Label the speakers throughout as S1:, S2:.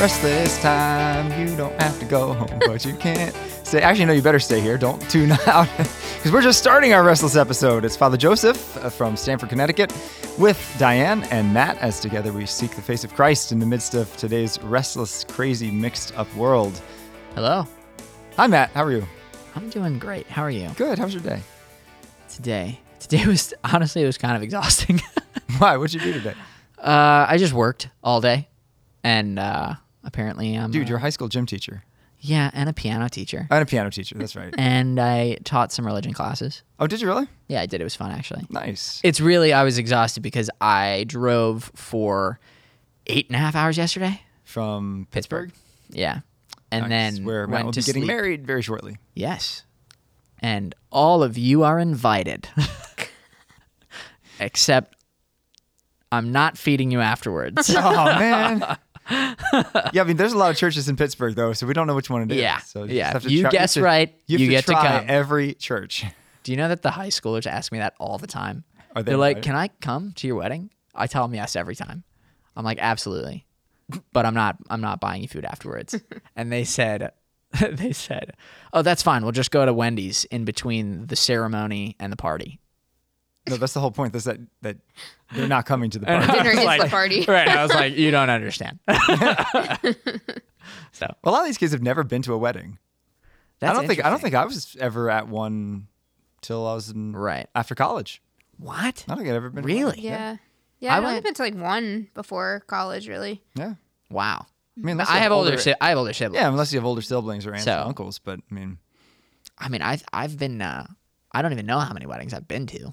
S1: Restless time, you don't have to go home, but you can't stay. Actually, no, you better stay here. Don't tune out because we're just starting our Restless episode. It's Father Joseph uh, from Stamford, Connecticut, with Diane and Matt as together we seek the face of Christ in the midst of today's restless, crazy, mixed up world.
S2: Hello.
S1: Hi, Matt. How are you?
S2: I'm doing great. How are you
S1: Good. How's your day?
S2: today? Today was honestly it was kind of exhausting.
S1: Why? What'd you do today?
S2: uh, I just worked all day, and uh, apparently I'm
S1: Dude,
S2: uh,
S1: you're Uh, a high school gym teacher
S2: yeah, and a piano teacher,
S1: and a piano teacher. That's right.
S2: and I taught some religion classes.
S1: Oh, did you really?
S2: Yeah, I did. It was fun actually.
S1: Nice.
S2: It's really I was exhausted because I drove for eight and a half hours yesterday.
S1: From Pittsburgh.
S2: Yeah, and
S1: Nice,
S2: then
S1: where Matt
S2: went
S1: will
S2: to
S1: be getting
S2: sleep.
S1: married very shortly.
S2: Yes. And all of you are invited. Except I'm not feeding you afterwards.
S1: Oh man. yeah, I mean, there's a lot of churches in Pittsburgh though, so we don't know which one it is.
S2: Yeah,
S1: so
S2: yeah.
S1: have to
S2: You
S1: try-
S2: guess
S1: have to-
S2: right,
S1: You, have
S2: you
S1: to
S2: get to
S1: try
S2: come.
S1: every church.
S2: Do you know that the high schoolers ask me that all the time?
S1: Are they
S2: They're like,
S1: invited?
S2: "Can I come to your wedding?" I tell them yes every time. I'm like, "Absolutely." But I'm not I'm not buying you food afterwards. and they said they said, "Oh, that's fine. We'll just go to Wendy's in between the ceremony and the party."
S1: No, that's the whole point. That's that that they're not coming to the party.
S2: I
S3: Dinner
S2: was
S3: is the
S2: like-
S3: party.
S2: Right. I was like, you don't understand. so
S1: Well, a lot of these kids have never been to a wedding.
S2: that's
S1: I don't think I don't
S2: interesting.
S1: think I was ever at one till I was in
S2: Right.
S1: after college.
S2: What?
S1: I don't think I'd ever been. to one.
S2: Really?
S3: Yeah. Yeah,
S2: I
S3: I've only
S2: went-
S3: been to like one before college, really.
S1: Yeah.
S2: Wow.
S1: I mean, unless you
S2: I have older.
S1: siblings.
S2: si- I have older siblings.
S1: Yeah, unless you have older siblings or aunts
S2: So-
S1: and uncles, but I mean,
S2: I mean, I've I've been. Uh, I don't even know how many weddings I've been to,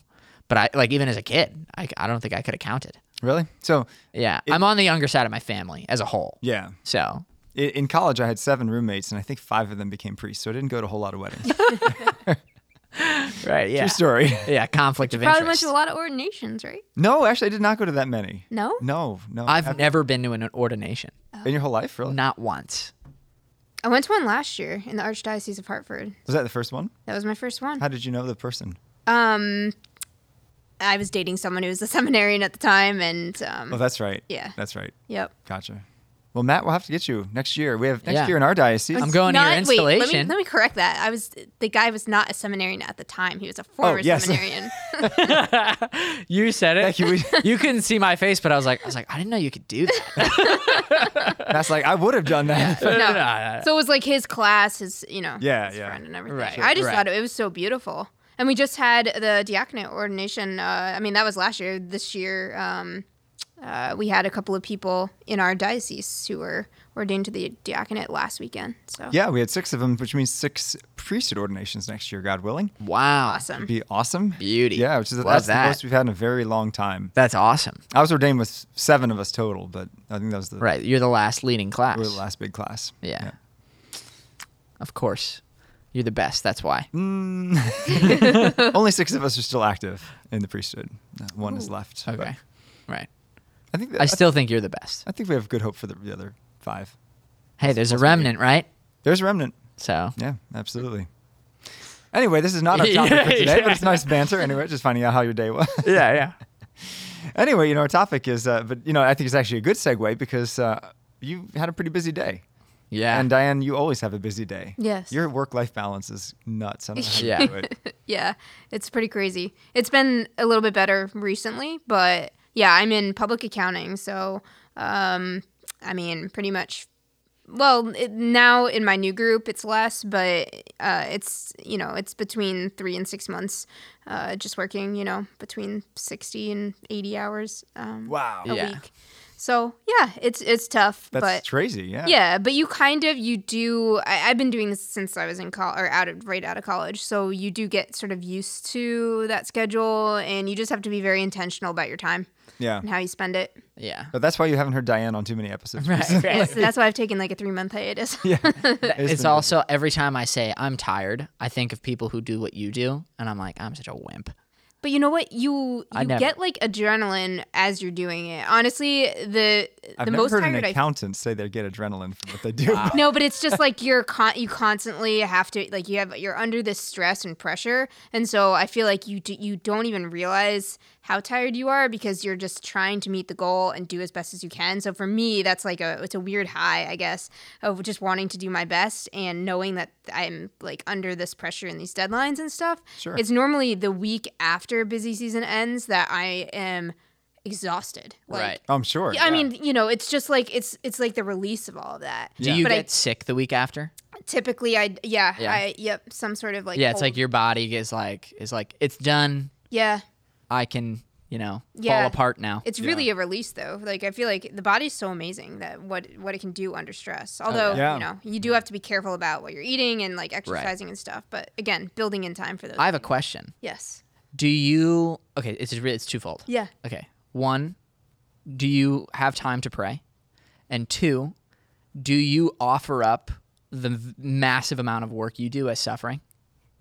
S2: but I like even as a kid, I, c- I don't think I could have counted.
S1: really. So
S2: Yeah, I'm on the younger side of my family as a whole.
S1: yeah,
S2: So
S1: I- in college I had seven roommates, and I think five of them became priests, so I didn't go to a whole lot of weddings.
S2: right. Yeah.
S1: True story.
S2: yeah. Conflict of
S3: Probably went
S2: interest.
S3: to a lot of ordinations, right?
S1: No, actually, I did not go to that many.
S3: No?
S1: No, no.
S2: I've never been to an ordination.
S1: in your whole life, really?
S2: Not once.
S3: I went to one last year in the Archdiocese of Hartford.
S1: Was that the first one?
S3: That was my first one.
S1: How did you know the person?
S3: Um, I was dating someone who was a seminarian at the time, and um,
S1: Oh, that's right.
S3: Yeah.
S1: that's right.
S3: yep.
S1: Gotcha. Well, Matt, we'll have to get you next year. We have next
S2: Yeah.
S1: year in our diocese.
S2: I'm going to your
S3: Not- wait, let me- let
S2: installation.
S3: me, correct that. I was the guy was not a seminarian at the time. He was a
S2: Oh,
S3: former
S1: yes.
S3: seminarian.
S2: You said it.
S1: Thank you.
S2: you couldn't see my face, but I was like, I was like, I didn't know you could do that.
S1: That's like I would have done that.
S3: No.
S2: No, no, no.
S3: So it was like his class, his you know,
S1: Yeah,
S3: his
S1: yeah.
S3: friend and everything.
S2: Right,
S3: I just
S2: right.
S3: thought it, it was so beautiful, and we just had the diaconate ordination. Uh, I mean, that was last year. This year, um, uh, we had a couple of people in our diocese who were ordained to the diaconate last weekend. So
S1: yeah, we had six of them, which means six priesthood ordinations next year, God willing.
S2: Wow.
S3: awesome.
S1: Be awesome.
S2: Mm-hmm. Beauty.
S1: Yeah, which is
S2: Love
S1: that's
S2: that.
S1: the most we've had in a very long time.
S2: That's awesome.
S1: I was ordained with seven of us total, but I think that was the,
S2: Right. You're the last leading class.
S1: we were the last big class.
S2: Yeah. Of course. You're the best. That's why.
S1: Yeah. Only six of us are still active in the priesthood. One is left. but
S2: Okay. Right.
S1: I think that,
S2: I still think you're the best.
S1: I think we have good hope for the, the other five.
S2: Hey, there's a remnant, right?
S1: There's a remnant.
S2: So
S1: Yeah, absolutely. Anyway, this is not our topic for
S2: Yeah,
S1: today, but it's
S2: yeah.
S1: nice banter. Anyway, just finding out how your day was.
S2: Yeah, yeah.
S1: anyway, you know, our topic is, uh, but you know, I think it's actually a good segue because uh, you had a pretty busy day.
S2: Yeah.
S1: And Diane, you always have a busy day.
S3: Yes.
S1: Your work life balance is nuts. I don't know how you
S2: Yeah.
S1: do it.
S3: Yeah, it's pretty crazy. It's been a little bit better recently, but yeah, I'm in public accounting, so um, I mean, pretty much. Well, it, now in my new group, it's less, but uh, it's you know it's between three and six months, uh, just working you know between sixty and eighty hours um,
S1: Wow.
S3: a
S2: Yeah.
S3: week. So yeah, it's it's tough,
S1: That's
S3: but
S1: crazy. Yeah.
S3: yeah, but you kind of you do. I, I've been doing this since I was in college or out of right out of college, so you do get sort of used to that schedule, and you just have to be very intentional about your time
S1: Yeah.
S3: and how you spend it.
S2: Yeah.
S1: But that's why you haven't heard Diane on too many episodes.
S2: Right. right.
S3: Yes, that's why I've taken like a three month hiatus.
S1: yeah.
S2: It's,
S1: been
S2: also every time I say I'm tired, I think of people who do what you do, and I'm like, I'm such a wimp.
S3: But you know what? You
S2: I
S3: you
S2: never-
S3: get like adrenaline as you're doing it. Honestly, the the
S1: I've never
S3: most
S1: heard
S3: tired
S1: an
S3: I
S1: accountant say they get adrenaline from what they do.
S3: No, but it's just like you're con- you constantly have to like you have you're under this stress and pressure, and so I feel like you do, you don't even realize how tired you are because you're just trying to meet the goal and do as best as you can. So for me, that's like a it's a weird high, I guess, of just wanting to do my best and knowing that I'm like under this pressure and these deadlines and stuff.
S1: Sure.
S3: It's normally the week after busy season ends that I am exhausted. Like
S2: Right.
S1: I'm sure.
S3: I
S1: yeah.
S3: mean, you know, it's just like it's it's like the release of all of that.
S2: Do you
S3: but
S2: get sick the week after?
S3: I typically I yeah,
S2: Yeah.
S3: I yep, some sort of like oh.
S2: yeah, it's
S3: cold.
S2: like your body is like is like it's done.
S3: Yeah.
S2: I can you know
S3: Yeah.
S2: fall apart now.
S3: It's really a release though. Like I feel like the body's so amazing that what what it can do under stress.
S2: Oh,
S3: Although,
S1: yeah.
S3: you
S1: Yeah.
S3: know, you do have to be careful about what you're eating and like exercising and stuff, but again, building in time for those.
S2: I have a question.
S3: yes.
S2: Do you okay? It's re- it's twofold.
S3: Yeah.
S2: Okay. One, do you have time to pray? And two, do you offer up the v- massive amount of work you do as suffering?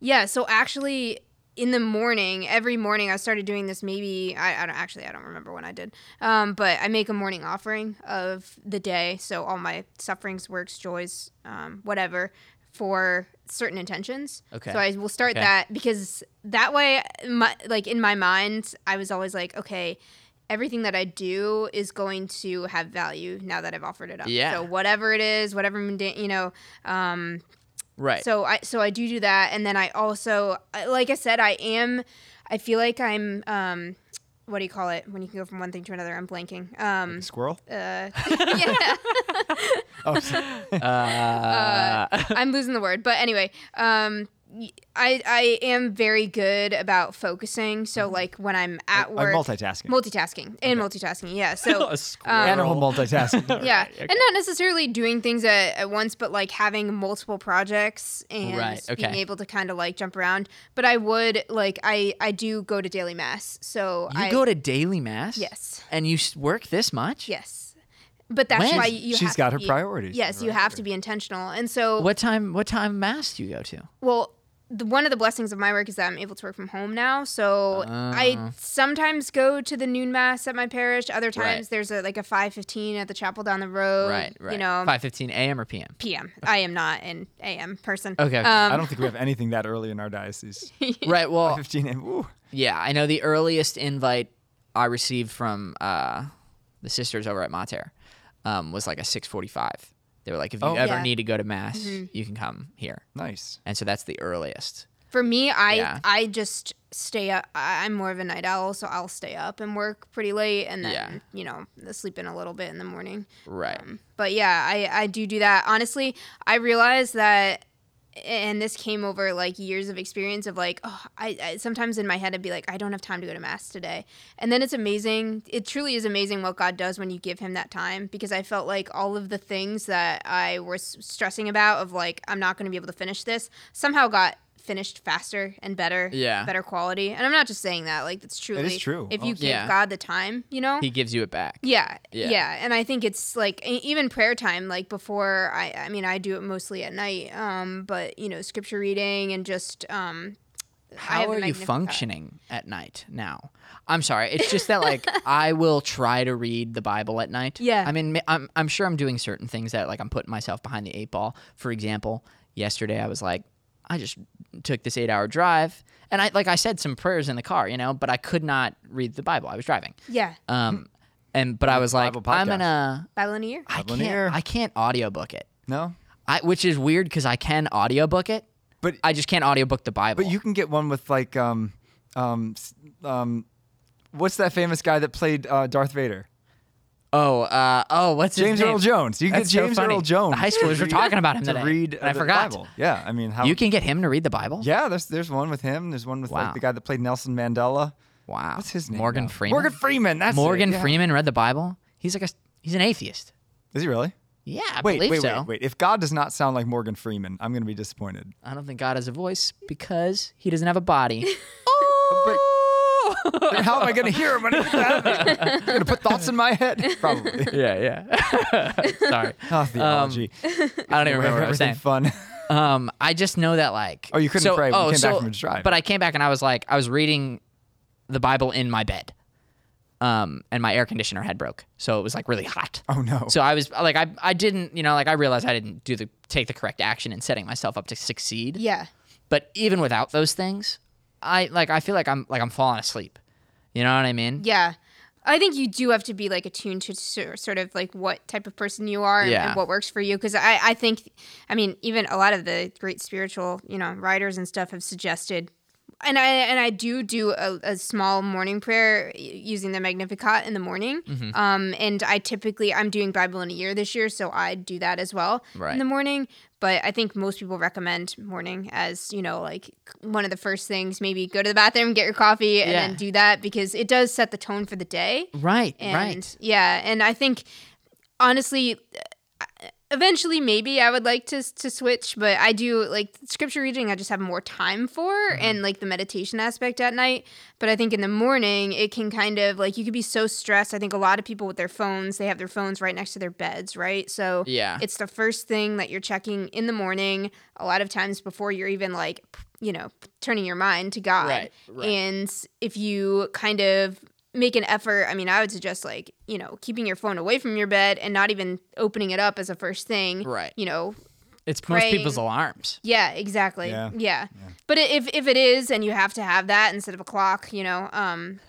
S3: Yeah, so actually in the morning, every morning I started doing this maybe I, I don't actually I don't remember when I did. Um, but I make a morning offering of the day, so all my sufferings, works, joys, um, whatever for certain intentions.
S2: Okay.
S3: So I will start
S2: Okay.
S3: that because that way my, like in my mind I was always like, okay, everything that I do is going to have value now that I've offered it up.
S2: Yeah.
S3: So whatever it is, whatever munda- you know, um
S2: Right.
S3: so I so I do do that, and then I also, I- like I said, I am. I feel like I'm. Um, what do you call it when you can go from one thing to another? I'm blanking.
S2: Mm-hmm.
S3: Um,
S1: squirrel.
S3: uh, yeah,
S1: Oh,
S2: Uh,
S3: I'm losing the word. But anyway, um, y- I I am very good about focusing. So like when I'm at
S1: Mm-hmm. I'm
S3: work,
S1: multitasking.
S3: multitasking and multitasking. Yeah. So um,
S1: Animal
S2: Um,
S1: multitasking.
S3: yeah and not necessarily doing things at, at once but like having multiple projects and
S2: Right,
S3: being
S2: okay.
S3: able to kind of like jump around but i would like i i do go to daily mass so
S2: you
S3: i
S2: go to daily mass.
S3: Yes.
S2: And you s- work this much.
S3: yes but that's
S2: When?
S3: why you
S1: She's
S3: have
S1: got
S3: to
S1: her
S3: be-
S1: priorities in
S3: yes
S1: the
S3: you
S1: right
S3: have to be intentional and so
S2: What time? What time mass do you go to?
S3: well the, one of the blessings of my work is that I'm able to work from home now. So I sometimes go to the noon mass at my parish. Other times
S2: Uh. Right.
S3: there's a like a 5:15 at the chapel down the road. You know,
S2: five fifteen a.m. or p.m.
S3: p.m. I am not an a.m. person.
S2: Okay, okay.
S3: Um,
S1: I don't think we have anything that early in our diocese.
S2: right. Well,
S1: 15 and ooh.
S2: yeah. I know the earliest invite I received from uh, the sisters over at Mater um, was like a six forty-five. They were like, if you
S1: Oh.
S2: ever
S3: Yeah.
S2: need to go to mass, you can come here.
S1: Nice.
S2: And so that's the earliest.
S3: For me, I
S2: Yeah.
S3: I just stay up. I- I'm more of a night owl, so I'll stay up and work pretty late, and then
S2: Yeah.
S3: you know sleep in a little bit in the morning.
S2: Right.
S3: But yeah, I I do do that. Honestly, I realize that. And this came over like years of experience of like, oh, I, I sometimes in my head I'd be like, I don't have time to go to mass today, and then it's amazing. It truly is amazing what God does when you give Him that time because I felt like all of the things that I was stressing about of like I'm not going to be able to finish this somehow got finished faster and better,
S2: Yeah.
S3: better quality. And I'm not just saying that; like that's truly
S1: true.
S3: If you
S1: Oh,
S3: give
S2: yeah.
S3: God the time, you know,
S2: he gives you it back.
S3: yeah,
S2: Yeah.
S3: yeah, and I think it's like e- even prayer time. Like before, I I mean I do it mostly at night, um, but you know scripture reading and just um, I have
S2: How
S3: a
S2: are you
S3: Magnificat.
S2: functioning at night now? I'm sorry. It's just that like I will try to read the Bible at night.
S3: Yeah.
S2: I mean, ma- I'm I'm sure I'm doing certain things that like I'm putting myself behind the eight ball. For example, yesterday I was like, I just took this eight hour drive, and I like I said some prayers in the car, you know, but I could not read the Bible. I was driving.
S3: Yeah,
S2: Um, and but I was like,
S1: Bible podcast.
S2: I'm gonna.
S3: Bible in a year.
S2: I
S1: Bible in here.
S2: can't. I can't audiobook it.
S1: No.
S2: I which is weird because I can audiobook it.
S1: But
S2: I just can't audiobook the Bible.
S1: but you can get one with like um um s- um what's that famous guy that played uh, Darth Vader?
S2: Oh, uh, oh, what's his
S1: James
S2: name?
S1: Earl Jones. You can
S2: That's
S1: get
S2: so
S1: James
S2: funny.
S1: Earl Jones.
S2: The high
S1: to
S2: schoolers were
S1: read-
S2: talking about him
S1: to
S2: today.
S1: read uh,
S2: and I
S1: the
S2: forgot.
S1: Bible. Yeah, I mean how
S2: You can get him to read the Bible.
S1: Yeah, there's there's one with him. There's one with
S2: Wow.
S1: like the guy that played Nelson Mandela.
S2: Wow.
S1: What's his name?
S2: Morgan
S1: now?
S2: Freeman.
S1: Morgan Freeman. That's it,
S2: Morgan
S1: yeah.
S2: Freeman read the Bible. He's like a he's an atheist.
S1: Is he really?
S2: Yeah, I
S1: Wait,
S2: believe
S1: wait,
S2: so.
S1: wait, wait. If God does not sound like Morgan Freeman, I'm going to be disappointed.
S2: I don't think God has a voice because he doesn't have a body.
S1: But then how am I going to hear him? when it's happening? I'm going to put thoughts in my head. Probably.
S2: yeah, yeah. Sorry,
S1: Oh, theology.
S2: Um, I don't even remember what I was
S1: Everything
S2: saying.
S1: fun.
S2: Um, I just know that like.
S1: Oh, you couldn't
S2: so,
S1: pray when you
S2: oh,
S1: came back
S2: so-
S1: from a drive.
S2: But I came back and I was like, I was reading the Bible in my bed, um, and my air conditioner had broke, so it was like really hot.
S1: Oh no.
S2: So I was like, I I didn't, you know, like I realized I didn't do the take the correct action in setting myself up to succeed.
S3: Yeah,
S2: But even without those things, I like I feel like I'm like I'm falling asleep. You know what I mean?
S3: Yeah. I think you do have to be like attuned to sor- sort of like what type of person you are and,
S2: Yeah.
S3: and what works for you. Cause I, I think, I mean, even a lot of the great spiritual, you know, writers and stuff have suggested. And I and I do do a, a small morning prayer y- using the Magnificat in the morning.
S2: Mm-hmm.
S3: Um, and I typically I'm doing Bible in a year this year, so I do that as well
S2: Right.
S3: in the morning. But I think most people recommend morning as you know like one of the first things. Maybe go to the bathroom, get your coffee, and
S2: Yeah.
S3: then do that because it does set the tone for the day.
S2: Right,
S3: And
S2: right.
S3: yeah, and I think honestly eventually maybe I would like to to switch, but I do like scripture reading I just have more time for
S2: Mm-hmm.
S3: and like the meditation aspect at night, but I think in the morning it can kind of like you could be so stressed. I think a lot of people with their phones, they have their phones right next to their beds, right? So
S2: Yeah.
S3: it's the first thing that you're checking in the morning, a lot of times before you're even like, p- you know, p- turning your mind to God.
S2: Right, right.
S3: And if you kind of make an effort, I mean, I would suggest like, you know, keeping your phone away from your bed and not even opening it up as a first thing.
S2: Right.
S3: You know,
S2: It's most
S3: praying.
S2: people's alarms.
S3: yeah, exactly.
S1: Yeah.
S3: Yeah. But i- if, if it is and you have to have that instead of a clock, you know, um,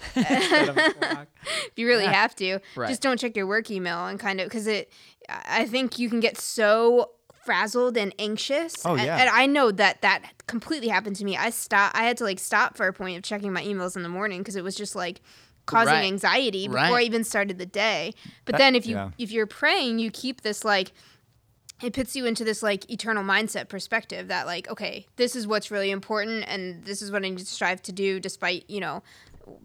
S3: if you really
S2: Yeah.
S3: have to
S2: Right.
S3: just don't check your work email and kind of because it i I think you can get so frazzled and anxious
S1: Oh,
S3: and,
S1: yeah.
S3: and i know that that completely happened to me i stop i had to like stop for a point of checking my emails in the morning because it was just like causing
S2: Right.
S3: anxiety before i
S2: Right.
S3: even started the day but then if you
S1: yeah.
S3: if you're praying you keep this like it puts you into this like eternal mindset perspective that like okay this is what's really important and this is what i need to strive to do despite you know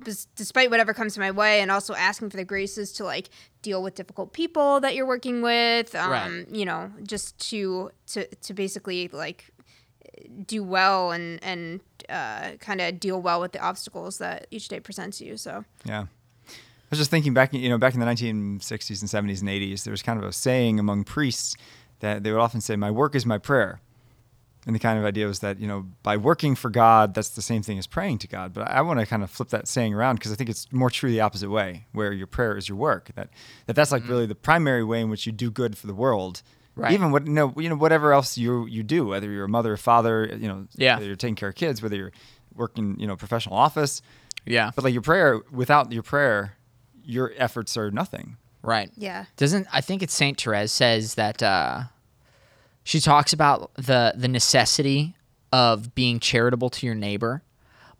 S3: des- despite whatever comes my way and also asking for the graces to like deal with difficult people that you're working with um
S2: Right.
S3: you know just to to to basically like do well and and uh, kind of deal well with the obstacles that each day presents you so
S1: Yeah. I was just thinking back, you know, back in the 1960s and 70s and 80s, there was kind of a saying among priests that they would often say, "My work is my prayer." And the kind of idea was that, you know, by working for God, that's the same thing as praying to God. But I want to kind of flip that saying around because I think it's more true the opposite way, where your prayer is your work. That, that that's like really the primary way in which you do good for the world.
S2: Mm-hmm. Right.
S1: Even what no, you know, whatever else you you do, whether you're a mother, or father, you know,
S2: Yeah.
S1: whether you're taking care of kids, whether you're working, you know, professional office,
S2: Yeah.
S1: but like your prayer, without your prayer, your efforts are nothing.
S2: Right.
S3: yeah
S2: Doesn't I think it's Saint Therese says that uh, she talks about the the necessity of being charitable to your neighbor,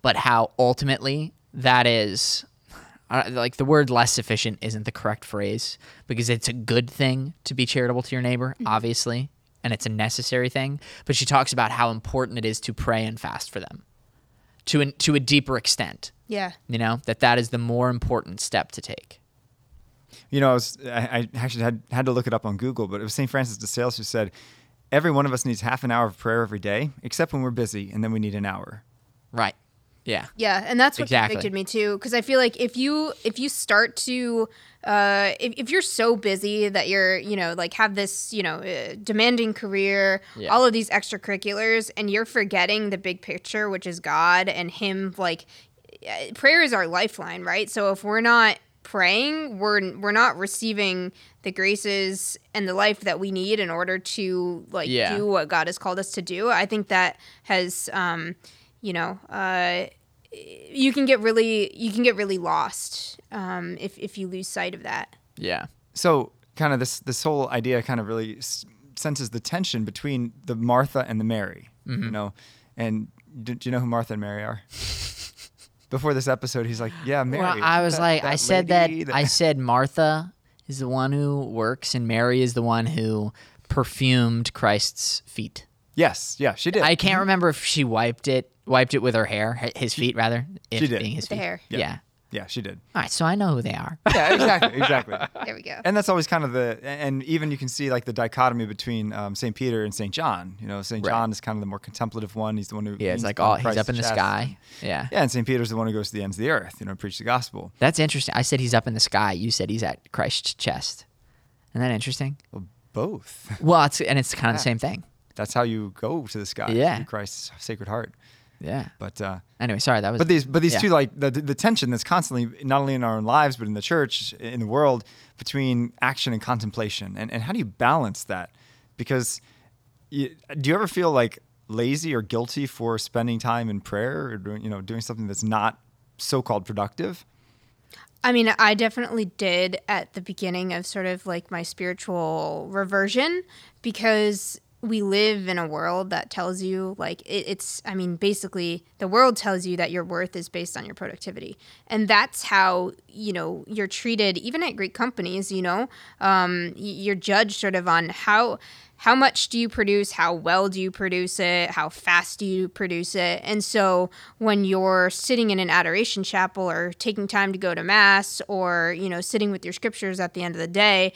S2: but how ultimately that is I don't- like the word less efficient isn't the correct phrase because it's a good thing to be charitable to your neighbor, obviously, and it's a necessary thing. But she talks about how important it is to pray and fast for them, to an, to a deeper extent.
S3: yeah
S2: You know that that is the more important step to take.
S1: You know, I was I, I actually had had to look it up on Google, but it was St. Francis de Sales who said, "Every one of us needs half an hour of prayer every day, except when we're busy, and then we need an hour."
S2: Right. Yeah.
S3: Yeah, and that's what
S2: Exactly.
S3: convicted me too, because I feel like if you if you start to uh, if, if you're so busy that you're you know like have this you know uh, demanding career,
S2: Yeah.
S3: all of these extracurriculars, and you're forgetting the big picture, which is God and Him. Like uh, prayer is our lifeline, right? So if we're not praying, we're we're not receiving the graces and the life that we need in order to like
S2: Yeah.
S3: do what God has called us to do. I think that has um, you know. Uh, you can get really you can get really lost um, if if you lose sight of that.
S2: Yeah.
S1: So, kind of this this whole idea kind of really s- senses the tension between the Martha and the Mary. You
S2: Mm-hmm.
S1: know, and do, do you know who Martha and Mary are? Before this episode, he's like, "Yeah, Mary."
S2: Well, I was
S1: that-
S2: like, I said
S1: lady
S2: that I said Martha is the one who works, and Mary is the one who perfumed Christ's feet.
S1: yes, yeah, she did.
S2: I can't remember if she wiped it, wiped it with her hair, hi- his feet rather. If
S1: she did.
S2: being his
S3: The
S2: feet.
S3: hair.
S2: Yeah.
S1: yeah, she did.
S2: All right, so I know who they are.
S1: Yeah, exactly, exactly.
S3: There we go.
S1: and that's always kind of the and even you can see like the dichotomy between um, Saint Peter and Saint John. You know, Saint
S2: Right.
S1: John is kind of the more contemplative one. He's the one who
S2: Yeah,
S1: leans
S2: it's like
S1: upon
S2: all he's
S1: Christ's
S2: up in the
S1: chest.
S2: sky. Yeah.
S1: Yeah, and Saint Peter's the one who goes to the ends of the earth. You know, preach the gospel.
S2: that's interesting. I said he's up in the sky. You said he's at Christ's chest. Isn't that interesting?
S1: Well, both.
S2: Well, it's and it's kind of the same thing.
S1: That's how you go to the sky.
S2: Yeah.
S1: through Christ's Sacred Heart.
S2: Yeah.
S1: But uh,
S2: Anyway, sorry that was.
S1: but these but these
S2: yeah.
S1: two like the the tension that's constantly not only in our own lives but in the church in the world between action and contemplation and and how do you balance that because you, do you ever feel like lazy or guilty for spending time in prayer or doing you know doing something that's not so-called productive
S3: I mean, I definitely did at the beginning of sort of like my spiritual reversion because we live in a world that tells you, like, it, it's, I mean, basically the world tells you that your worth is based on your productivity. And that's how, you know, you're treated, even at great companies, you know, um, y- you're judged sort of on how, how much do you produce how well do you produce it how fast do you produce it and so when you're sitting in an adoration chapel or taking time to go to mass or you know sitting with your scriptures at the end of the day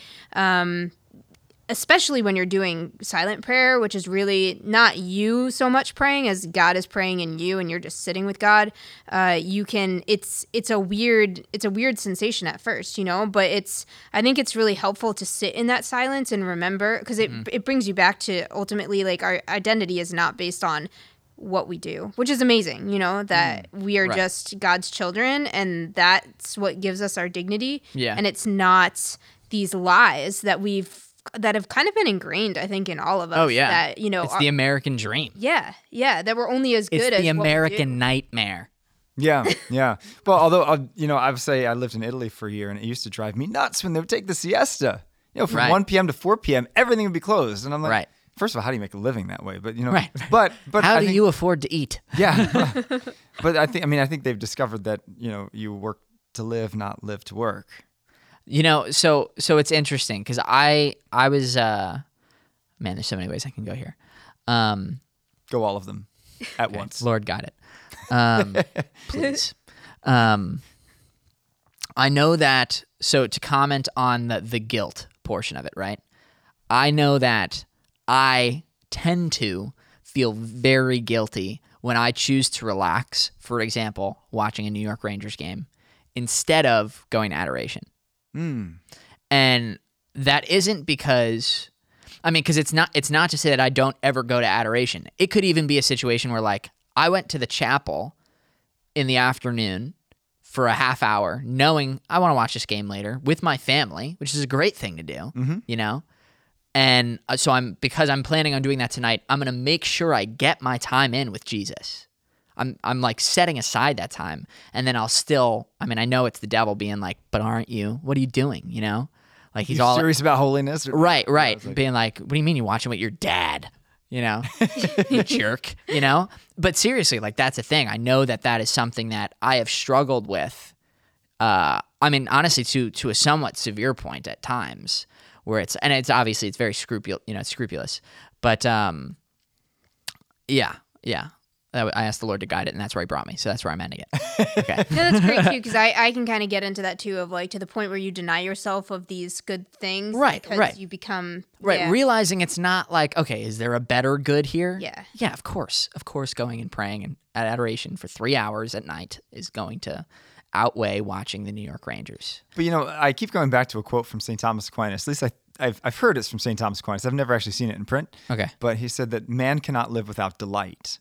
S3: especially when you're doing silent prayer, which is really not you so much praying as God is praying in you, and you're just sitting with God. Uh, you can it's it's a weird it's a weird sensation at first, you know, but it's I think it's really helpful to sit in that silence and remember because
S2: Mm-hmm.
S3: it it brings you back to ultimately like our identity is not based on what we do, which is amazing, you know, that we are
S2: Mm. right.
S3: just God's children and that's what gives us our dignity.
S2: Yeah.
S3: And it's not these lies that we've that have kind of been ingrained, I think, in all of us.
S2: Oh yeah,
S3: That you know
S2: it's
S3: are-
S2: the American dream.
S3: Yeah, yeah. That we're only as good
S2: It's
S3: as
S2: the
S3: what we do.
S2: American nightmare.
S1: Yeah, yeah. Well, although uh, you know, I would say I lived in Italy for a year, and it used to drive me nuts when they would take the siesta. You know, from
S2: Right.
S1: 1 p.m. to 4 p.m., everything would be closed, and I'm like,
S2: Right.
S1: first of all, how do you make a living that way? But you know,
S2: Right.
S1: but but
S2: How
S1: I
S2: do
S1: think-
S2: you afford to eat?
S1: Yeah, but I think I mean I think they've discovered that you know you work to live, not live to work.
S2: You know, so so it's interesting because I I was uh man, there's so many ways I can go here. Um,
S1: Go all of them at once.
S2: Lord guide it, um, please. Um, I know that. So to comment on the the guilt portion of it, right? I know that I tend to feel very guilty when I choose to relax. For example, watching a New York Rangers game instead of going to adoration.
S1: Mm,
S2: and that isn't because i mean because it's not it's not to say that i don't ever go to adoration it could even be a situation where like i went to the chapel in the afternoon for a half hour knowing i want to watch this game later with my family which is a great thing to do you know and uh, so i'm because i'm planning on doing that tonight i'm going to make sure i get my time in with jesus i'm i'm like setting aside that time and then i'll still i mean i know it's the devil being like but aren't you what are you doing you know like he's
S1: you
S2: all
S1: serious about holiness?
S2: Right, right. Being like, what do you mean you watching with your dad? You know, the jerk, you know? But seriously, like, that's a thing. I know that that is something that I have struggled with. Uh, I mean, honestly, to to a somewhat severe point at times, where it's and it's obviously it's very scrupul, you know, it's scrupulous. But um, yeah, yeah. I I asked the Lord to guide it, and that's where He brought me. So that's where I'm ending it. Okay.
S3: No, that's great too, because I, I can kind of get into that too, of like to the point where you deny yourself of these good things,
S2: Right,
S3: Because
S2: right.
S3: you become
S2: Right,
S3: yeah.
S2: realizing it's not like, okay, is there a better good here?
S3: Yeah.
S2: Yeah, of course. Of course, going and praying and at adoration for three hours at night is going to outweigh watching the New York Rangers.
S1: But you know, I keep going back to a quote from St. Thomas Aquinas. At least I, I've, I've heard it's from St. Thomas Aquinas. I've never actually seen it in print.
S2: Okay.
S1: But he said that man cannot live without delight.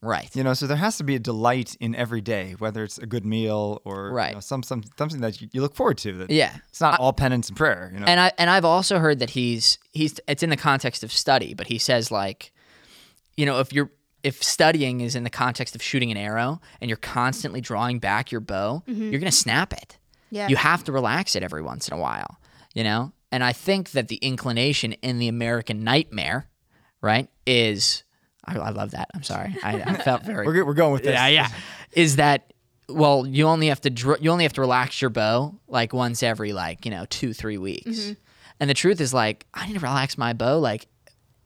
S2: Right.
S1: You know, so there has to be a delight in every day, whether it's a good meal or you
S2: Right.
S1: know, some, some something that you, you look forward to. That
S2: Yeah.
S1: it's not all penance and prayer. You know,
S2: And I and I've also heard that he's he's it's in the context of study, but he says like, you know, if you're if studying is in the context of shooting an arrow and you're constantly drawing back your bow,
S1: Mm-hmm.
S2: you're gonna snap it.
S3: yeah.
S2: you have to relax it every once in a while, you know? And I think that the inclination in the American nightmare, right, is I, I love that. I'm sorry. I, I felt very
S1: we're, go- we're going with this.
S2: yeah, yeah. Is that well? You only have to dr- you only have to relax your bow like once every like you know two three weeks. And the truth is like I need to relax my bow like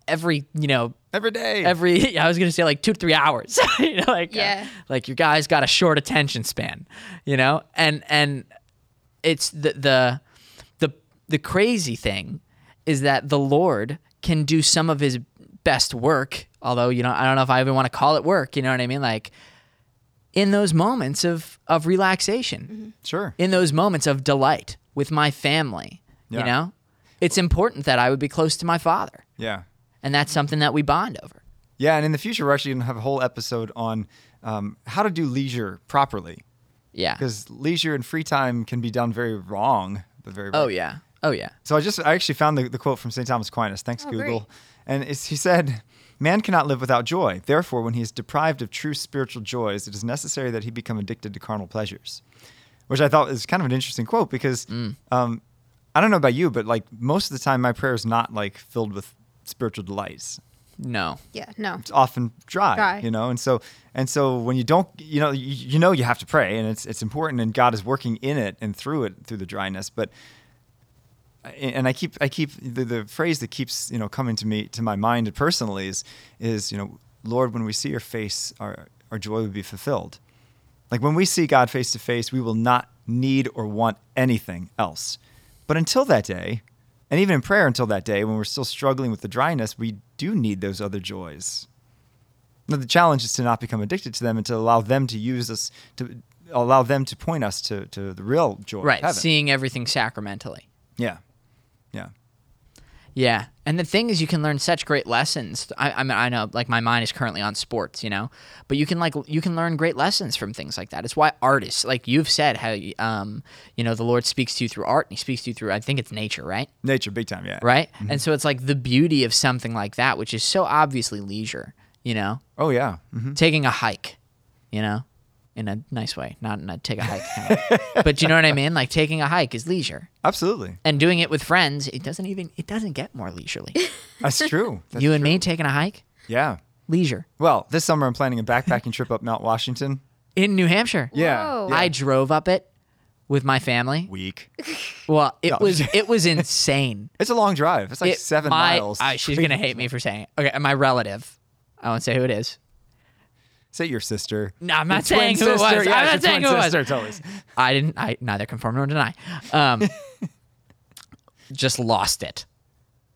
S2: every you know
S1: every day.
S2: every I was gonna say like two to three hours. you know, like uh,
S3: Yeah.
S2: like your guy's got a short attention span, you know? And and it's the the the the crazy thing is that the Lord can do some of his best work, although you know, I don't know if I even want to call it work, you know what I mean? Like in those moments of of relaxation
S1: sure.
S2: in those moments of delight with my family,
S1: Yeah.
S2: you know? It's important that I would be close to my father.
S1: yeah.
S2: And that's something that we bond over.
S1: Yeah, and in the future we're actually going to have a whole episode on um, how to do leisure properly,
S2: Yeah.
S1: because leisure and free time can be done very wrong, but very
S2: Oh yeah. Oh yeah.
S1: So I just I actually found the, the quote from St. Thomas Aquinas. Thanks,
S3: Oh,
S1: Google.
S3: great.
S1: And it's, he said, Man cannot live without joy. Therefore, when he is deprived of true spiritual joys, it is necessary that he become addicted to carnal pleasures. which I thought is kind of an interesting quote because
S3: Mm.
S1: um, I don't know about you, but like most of the time, my prayer is not like filled with spiritual delights.
S2: No.
S3: Yeah, no.
S1: It's often dry,
S3: Dry.
S1: you know, and so and so when you don't, you know, you, you know you have to pray, and it's it's important, and God is working in it and through it through the dryness, but. And I keep, I keep the, the phrase that keeps you know coming to me to my mind personally is, is you know, Lord, when we see Your face, our our joy will be fulfilled. Like when we see God face to face, we will not need or want anything else. But until that day, and even in prayer until that day, when we're still struggling with the dryness, we do need those other joys. Now, the challenge is to not become addicted to them and to allow them to use us, to allow them to point us to, to the real joy. of
S2: Right.
S1: heaven.
S2: Seeing everything sacramentally.
S1: Yeah. Yeah.
S2: Yeah, and the thing is, you can learn such great lessons. I, I mean, I know, like my mind is currently on sports, you know, but you can like you can learn great lessons from things like that. It's why artists, like you've said, how you- um, you know, the Lord speaks to you through art, and He speaks to you through, I think it's nature, right?
S1: Nature, big time. Yeah.
S2: Right. And so it's like the beauty of something like that, which is so obviously leisure, you know,
S1: Oh, yeah. Mhm.
S2: taking a hike, you know, in a nice way, not in a take a hike, kind of- but you know what I mean? Like taking a hike is leisure,
S1: Absolutely.
S2: and doing it with friends, it doesn't even it doesn't get more leisurely.
S1: That's true. That's-
S2: you and me taking a hike,
S1: yeah.
S2: leisure
S1: Well, this summer I'm planning a backpacking trip up Mount Washington.
S2: in New Hampshire.
S1: Yeah.
S3: Whoa.
S1: yeah.
S2: I drove up it with my family.
S1: Week.
S2: Well, it
S1: No.
S2: was it was insane.
S1: It's a long drive. It's like
S2: It-
S1: seven
S2: my-
S1: miles.
S2: I- she's gonna hate me for saying. It. Okay, my relative. I won't say who it is.
S1: Say your sister.
S2: No, I'm not
S1: Twin
S2: saying who it was.
S1: sister. Yeah, it's
S2: I'm
S1: your
S2: not saying
S1: twin
S2: who it was.
S1: sister, it's always-
S2: I didn't. I neither confirm nor deny. Um, just lost it.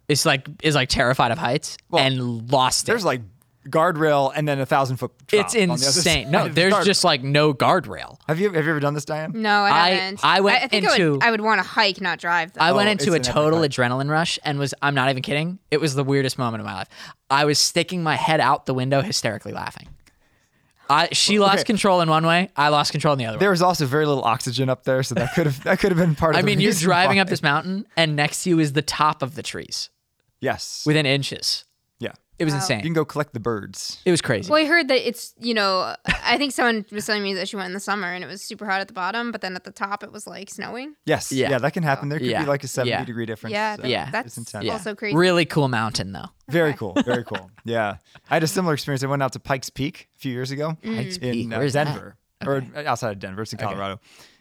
S2: It's like is like terrified of heights
S1: Well,
S2: and lost it.
S1: There's like guardrail and then a thousand foot. drop
S2: it's
S1: on the other
S2: insane.
S1: side
S2: No,
S1: of the
S2: there's
S1: guardrail.
S2: just like no guardrail.
S1: Have you have you ever done this, Diane?
S3: No, I
S2: I-
S3: haven't.
S2: I went
S3: I, think I
S2: into-
S3: would, I would want to hike, not drive. Though.
S2: I
S1: Oh,
S2: went
S1: it's
S2: into a
S1: an epic
S2: total
S1: hike.
S2: adrenaline rush and was I'm not even kidding. It was the weirdest moment of my life. I was sticking my head out the window hysterically laughing. I she
S1: okay.
S2: lost control in one way, I lost control in the other
S1: There
S2: way.
S1: was also very little oxygen up there, so that could have that could have been part of.
S2: I
S1: the
S2: mean, you're
S1: reason
S2: driving
S1: why.
S2: up this mountain and next to you is the top of the trees
S1: Yes.
S2: within inches.
S1: yeah.
S2: It was
S1: You can
S2: insane.
S1: go collect the birds.
S2: It was crazy.
S3: Well, I heard that it's you know I think someone was telling me that she went in the summer and it was super hot at the bottom, but then at the top it was like snowing.
S1: Yes. Yeah.
S2: Yeah.
S1: that can happen. There could
S2: Yeah.
S1: be like a seventy
S2: Yeah.
S1: degree difference.
S3: Yeah,
S1: so
S3: that-
S2: Yeah.
S3: that's
S1: It's intense.
S2: yeah.
S3: also crazy.
S2: Really cool mountain though.
S1: Very cool. Very cool. Yeah. I had a similar experience. I went out to Pikes Peak a few years ago
S2: Pikes
S1: in
S2: Peak,
S1: uh,
S2: where's that?
S1: Denver, or outside of Denver. It's in Colorado,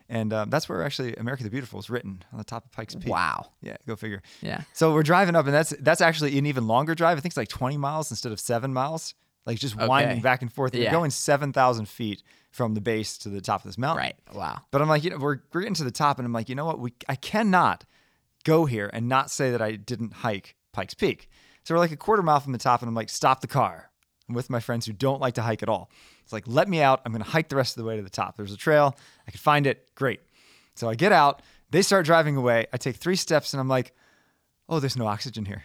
S1: and um, that's where actually America the Beautiful is written on the top of Pikes Peak.
S2: Wow.
S1: Yeah, go figure.
S2: Yeah.
S1: So we're driving up, and that's that's actually an even longer drive. I think it's like 20 miles instead of seven miles. Like just winding
S2: Okay.
S1: back and forth. And
S2: Yeah.
S1: You're going 7,000 feet from the base to the top of this mountain.
S2: Right. Wow.
S1: But I'm like, you know, we're, we're getting to the top, and I'm like, you know what? We I cannot go here and not say that I didn't hike Pikes Peak. So we're like a quarter mile from the top, and I'm like, stop the car. I'm with my friends who don't like to hike at all. It's like, let me out. I'm going to hike the rest of the way to the top. There's a trail. I can find it. Great. So I get out. They start driving away. I take three steps, and I'm like, oh, there's no oxygen here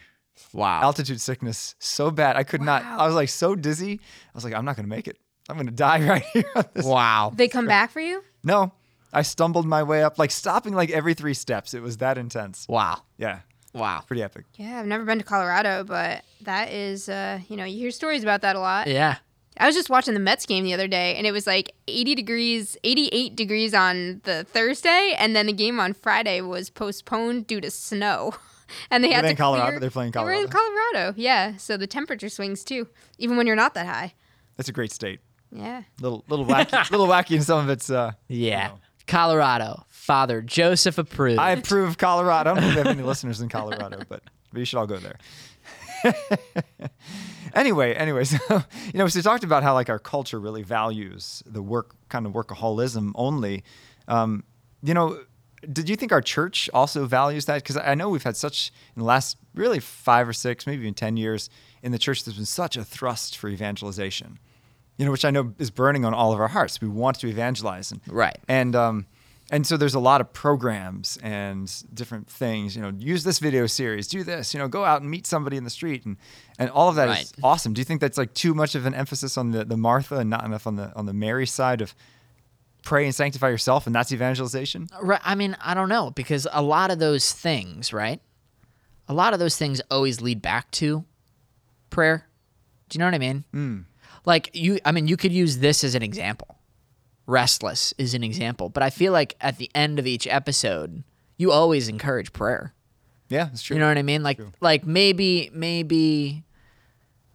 S2: Wow.
S1: altitude sickness so bad. I could not. I was like so dizzy. I was like, I'm not gonna make it. I'm gonna die right here. on this.
S2: wow.
S3: They come back for you?
S1: No, I stumbled my way up, like stopping like every three steps. It was that intense.
S2: Wow.
S1: Yeah,
S2: Wow.
S1: pretty epic.
S3: Yeah, I've never been to Colorado, but that is uh, you know, you hear stories about that a lot.
S2: Yeah.
S3: I was just watching the Mets game the other day and it was like 80 degrees, 88 degrees on the Thursday and then the game on Friday was postponed due to snow. And they
S1: Were
S3: had
S1: they
S3: to
S1: in Colorado?
S3: clear-
S1: They're playing
S3: They were in Colorado. Yeah, so the temperature swings too, even when you're not that high.
S1: That's a great state.
S3: Yeah.
S1: Little little wacky, little wacky in some of its. Uh,
S2: Yeah. Colorado. Father Joseph approved.
S1: I approve Colorado. I don't think we have any listeners in Colorado, but but you should all go there. anyway, anyway, so you know, so we talked about how like our culture really values the work kind of workaholism only. Um, you know, did you think our church also values that? Because I know we've had such in the last really five or six, maybe even ten years in the church. There's been such a thrust for evangelization. You know, which I know is burning on all of our hearts. We want to evangelize, and
S2: Right.
S1: and um, and so there's a lot of programs and different things. You know, use this video series, do this. You know, go out and meet somebody in the street, and and all of that is
S2: Right.
S1: awesome. Do you think that's like too much of an emphasis on the the Martha and not enough on the on the Mary side of pray and sanctify yourself, and that's evangelization?
S3: Oh.
S2: Right. I mean, I don't know because a lot of those things, right? A lot of those things always lead back to prayer. Do you know what I mean? Like you, I mean, you could use this as an example, restless is an example. But I feel like at the end of each episode, you always encourage prayer.
S1: Yeah, it's true.
S2: You know what I mean? Like like maybe maybe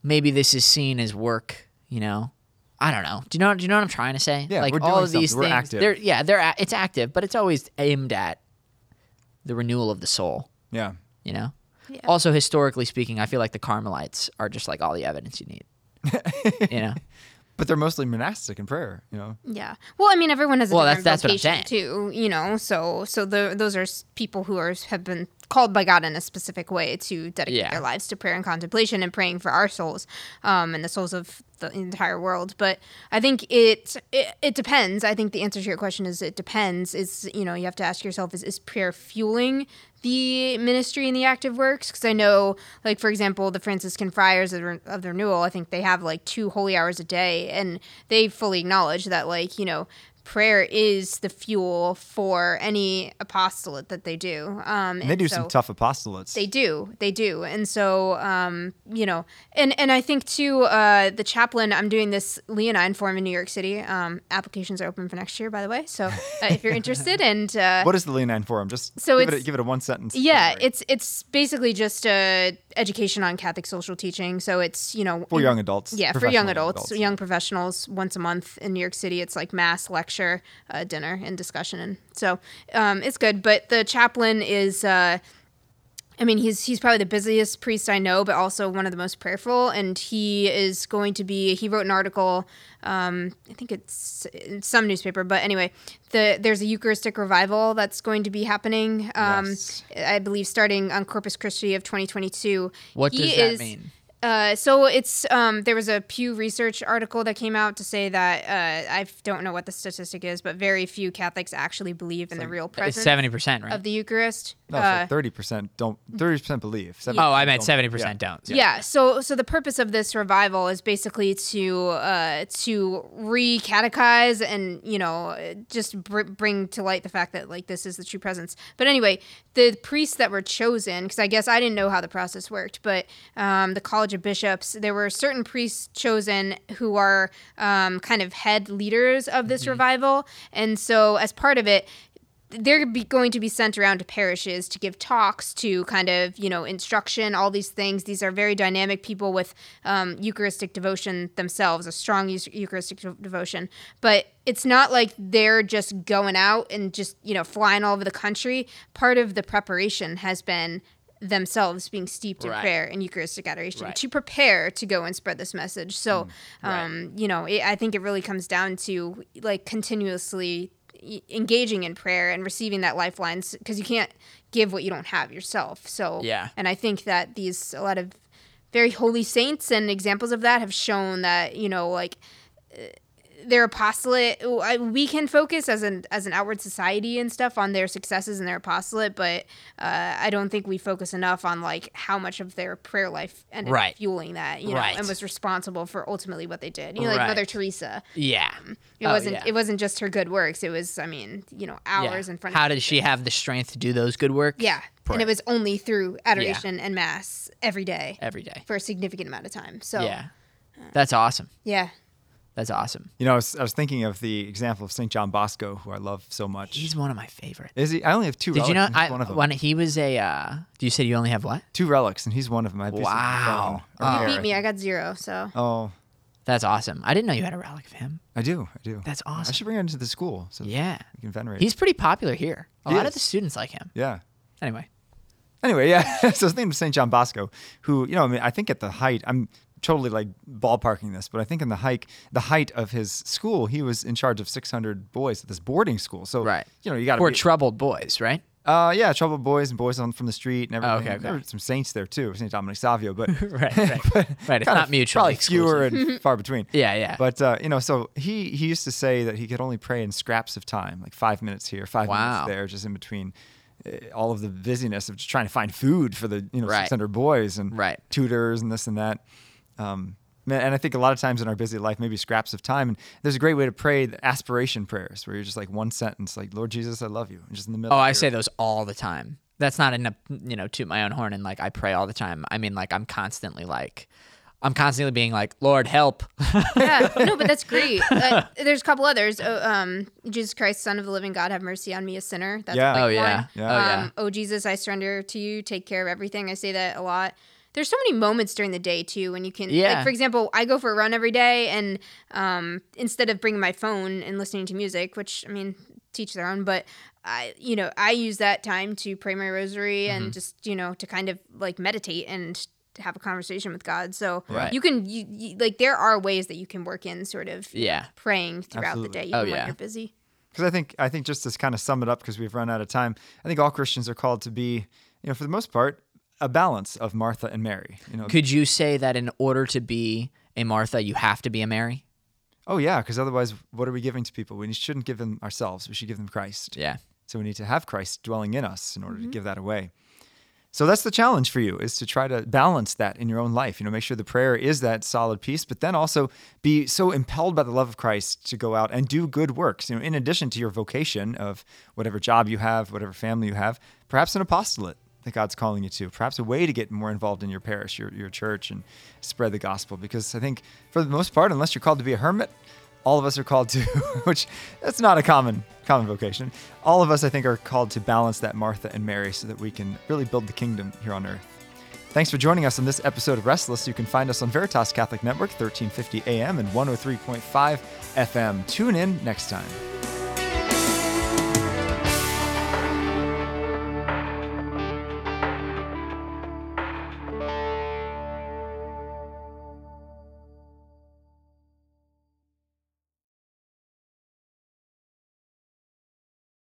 S2: maybe this is seen as work, you know. I don't know. Do you know do you know what I'm trying to say?
S1: Yeah,
S2: like
S1: we're
S2: all
S1: doing
S2: of these
S1: something. We're
S2: things
S1: active.
S2: they're yeah, they're a- it's active, but it's always aimed at the renewal of the soul,
S1: yeah.
S2: you know.
S3: Yeah.
S2: Also historically speaking, I feel like the Carmelites are just like all the evidence you need. you know.
S1: But they're mostly monastic in prayer, you know.
S3: Yeah. Well, I mean, everyone has a
S2: Well,
S3: different
S2: that's- that's what I'm
S3: vocation too. You know, so so the, those are s- people who are have been called by God in a specific way to dedicate
S2: Yeah.
S3: their lives to prayer and contemplation and praying for our souls, um, and the souls of the entire world. But I think it, it it depends. I think the answer to your question is it depends. Is you know you have to ask yourself is is prayer fueling the ministry and the active works because i know like for example the franciscan friars of, Re- of the renewal i think they have like two holy hours a day and they fully acknowledge that like you know prayer is the fuel for any apostolate that they do um
S1: And they do some
S3: so-
S1: tough apostolates.
S3: they do, they do, and so um, you know, and and I think too, uh, the chaplain. I'm doing this Leonine form in New York City. Um, applications are open for next year, by the way. So uh, if you're interested, and uh,
S1: what is the Leonine Forum? Just
S3: So
S1: give, it a,
S3: it's-
S1: give it a one sentence.
S3: yeah,
S1: summary.
S3: it's it's basically just uh, education on Catholic social teaching. So it's you know
S1: for young adults.
S3: yeah for young
S1: professional
S3: adults, young professionals once a month in New York City. It's like mass lecture, uh, dinner, and discussion, and so um, it's good. But the chaplain is. Uh, I mean, he's he's probably the busiest priest I know, but also one of the most prayerful. And he is going to be. He wrote an article, um, I think it's in some newspaper, but anyway, the there's a Eucharistic revival that's going to be happening. Um,
S1: Yes.
S3: I believe starting on Corpus Christi of 2022.
S2: What
S3: He
S2: does that
S3: is-
S2: mean?
S3: uh, so it's um, there was a Pew Research article that came out to say that uh, I don't know what the statistic is, but very few Catholics actually believe in the real
S2: It's
S3: presence
S2: 70%, right?
S3: of the Eucharist.
S1: No,
S3: Uh,
S1: thirty percent don't thirty percent believe.
S2: oh, I meant
S1: don't.
S2: 70%
S1: Yeah.
S2: don't.
S3: yeah. so so the purpose of this revival is basically to uh to re-catechize and you know just br- bring to light the fact that like this is the true presence but anyway the priests that were chosen because i guess i didn't know how the process worked but um, the college of bishops there were certain priests chosen who are um, kind of head leaders of this revival and so as part of it they're be going to be sent around to parishes to give talks to kind of you know instruction all these things these are very dynamic people with um, eucharistic devotion themselves a strong Eus- eucharistic de- devotion but it's not like they're just going out and just you know flying all over the country part of the preparation has been themselves being steeped in
S2: Right.
S3: prayer and eucharistic adoration
S2: Right. Mm.
S3: to prepare to go and spread this message so um, you know it, i think it really comes down to like continuously e- engaging in prayer and receiving that lifeline because you can't give what you don't have yourself. So
S2: Yeah.
S3: and I think that these a lot of very holy saints and examples of that have shown that you know like uh, their apostolate I- we can focus as an as an outward society and stuff on their successes and their apostolate but uh, i don't think we focus enough on like how much of their prayer life ended up
S2: Right.
S3: fueling that you know
S2: Right.
S3: and was responsible for ultimately what they did you know like
S2: Right.
S3: mother teresa
S2: Yeah.
S3: it
S2: Oh,
S3: wasn't.
S2: yeah.
S3: It wasn't just her good works. It was, I mean, you know,
S2: Yeah.
S3: hours in front.
S2: How
S3: of
S2: did she have the strength to do those good works?
S3: Yeah, and
S2: Prayer.
S3: it was only through adoration and mass every day
S2: Every day.
S3: for a significant amount of time. So yeah,
S2: Eh. Yeah. That's awesome.
S3: yeah,
S2: That's awesome.
S1: You know, I was, I was thinking of the example of Saint John Bosco, who I love so much.
S2: He's one of my favorite.
S1: Is he? I only have two.
S2: Did
S1: relics,
S2: you know
S1: and he's
S2: I
S1: one of them.
S2: when he was a uh you said you only have what?
S1: two relics, and he's one of them. I had a piece of
S2: Wow.
S1: brown
S2: Oh.
S1: or
S3: you
S1: hair.
S3: beat me. I got zero. So
S1: Oh,
S2: That's awesome. I didn't know you had a relic of him.
S1: I do. I do.
S2: That's
S1: I
S2: awesome.
S1: should bring it into the school so
S2: Yeah.
S1: we can venerate.
S2: He's pretty popular here. A
S1: He
S2: lot
S1: is.
S2: of the students like him.
S1: yeah.
S2: Anyway.
S1: Anyway, yeah. so his name is St. John Bosco, who, you know, I mean, I think at the height, I'm totally like ballparking this, but I think in the hike, the height of his school, he was in charge of 600 boys at this boarding school. So,
S2: Right.
S1: you know, you got to
S2: We're
S1: be,
S2: troubled boys, right?
S1: uh, yeah, troubled boys and boys on from the street and everything.
S2: Oh, okay, okay.
S1: There were some saints there too, St. Dominic Savio, but
S2: Right, right. right. It's
S1: kind
S2: not
S1: of
S2: mutually
S1: Probably
S2: exclusive.
S1: fewer and far between.
S2: Yeah, yeah.
S1: But uh, you know, so he he used to say that he could only pray in scraps of time, like five minutes here, five
S2: Wow.
S1: minutes there, just in between uh, all of the busyness of just trying to find food for the you know
S2: Right.
S1: 600 boys and
S2: Right.
S1: tutors and this and that. Um, man, and I think a lot of times in our busy life, maybe scraps of time. And there's a great way to pray the aspiration prayers, where you're just like one sentence, like "Lord Jesus, I love you," and just in the middle.
S2: Oh, I
S1: you're-
S2: say those all the time. That's not enough, you know, toot my own horn and like I pray all the time. I mean, like I'm constantly like, I'm constantly being like, Lord, help.
S3: yeah, no, but that's great. Uh, there's a couple others. Oh, um, Jesus Christ, Son of the Living God, have mercy on me, a sinner. That's
S1: Yeah.
S3: a big
S2: Oh, yeah.
S3: one.
S1: Yeah.
S2: Oh, yeah.
S3: Um, oh Jesus, I surrender to you. Take care of everything. I say that a lot. There's so many moments during the day too when you can.
S2: Yeah.
S3: Like, for example, I go for a run every day, and um, instead of bringing my phone and listening to music, which I mean, teach their own, but. I, you know, I use that time to pray my rosary
S2: Mm-hmm.
S3: and just, you know, to kind of like meditate and have a conversation with God. So
S2: Right.
S3: you can, you, you, like, there are ways that you can work in sort of
S2: yeah.
S3: praying throughout
S1: Absolutely.
S3: the day,
S2: Oh,
S3: even when
S2: yeah.
S3: you're busy.
S1: because I think I think just to kind of sum it up because we've run out of time. I think all Christians are called to be, you know, for the most part, a balance of Martha and Mary. You know,
S2: Could you say that in order to be a Martha, you have to be a Mary?
S1: oh yeah, because otherwise, what are we giving to people? We shouldn't give them ourselves. We should give them Christ.
S2: Yeah.
S1: So we need to have Christ dwelling in us in order to give that away. So that's the challenge for you is to try to balance that in your own life. You know, make sure the prayer is that solid piece, but then also be so impelled by the love of Christ to go out and do good works. You know, in addition to your vocation of whatever job you have, whatever family you have, perhaps an apostolate that God's calling you to, perhaps a way to get more involved in your parish, your, your church, and spread the gospel. Because I think for the most part, unless you're called to be a hermit, all of us are called to which that's not a common common vocation all of us i think are called to balance that martha and mary so that we can really build the kingdom here on earth thanks for joining us on this episode of restless you can find us on veritas oh catholic network 1350 am and 103.5 fm tune in next time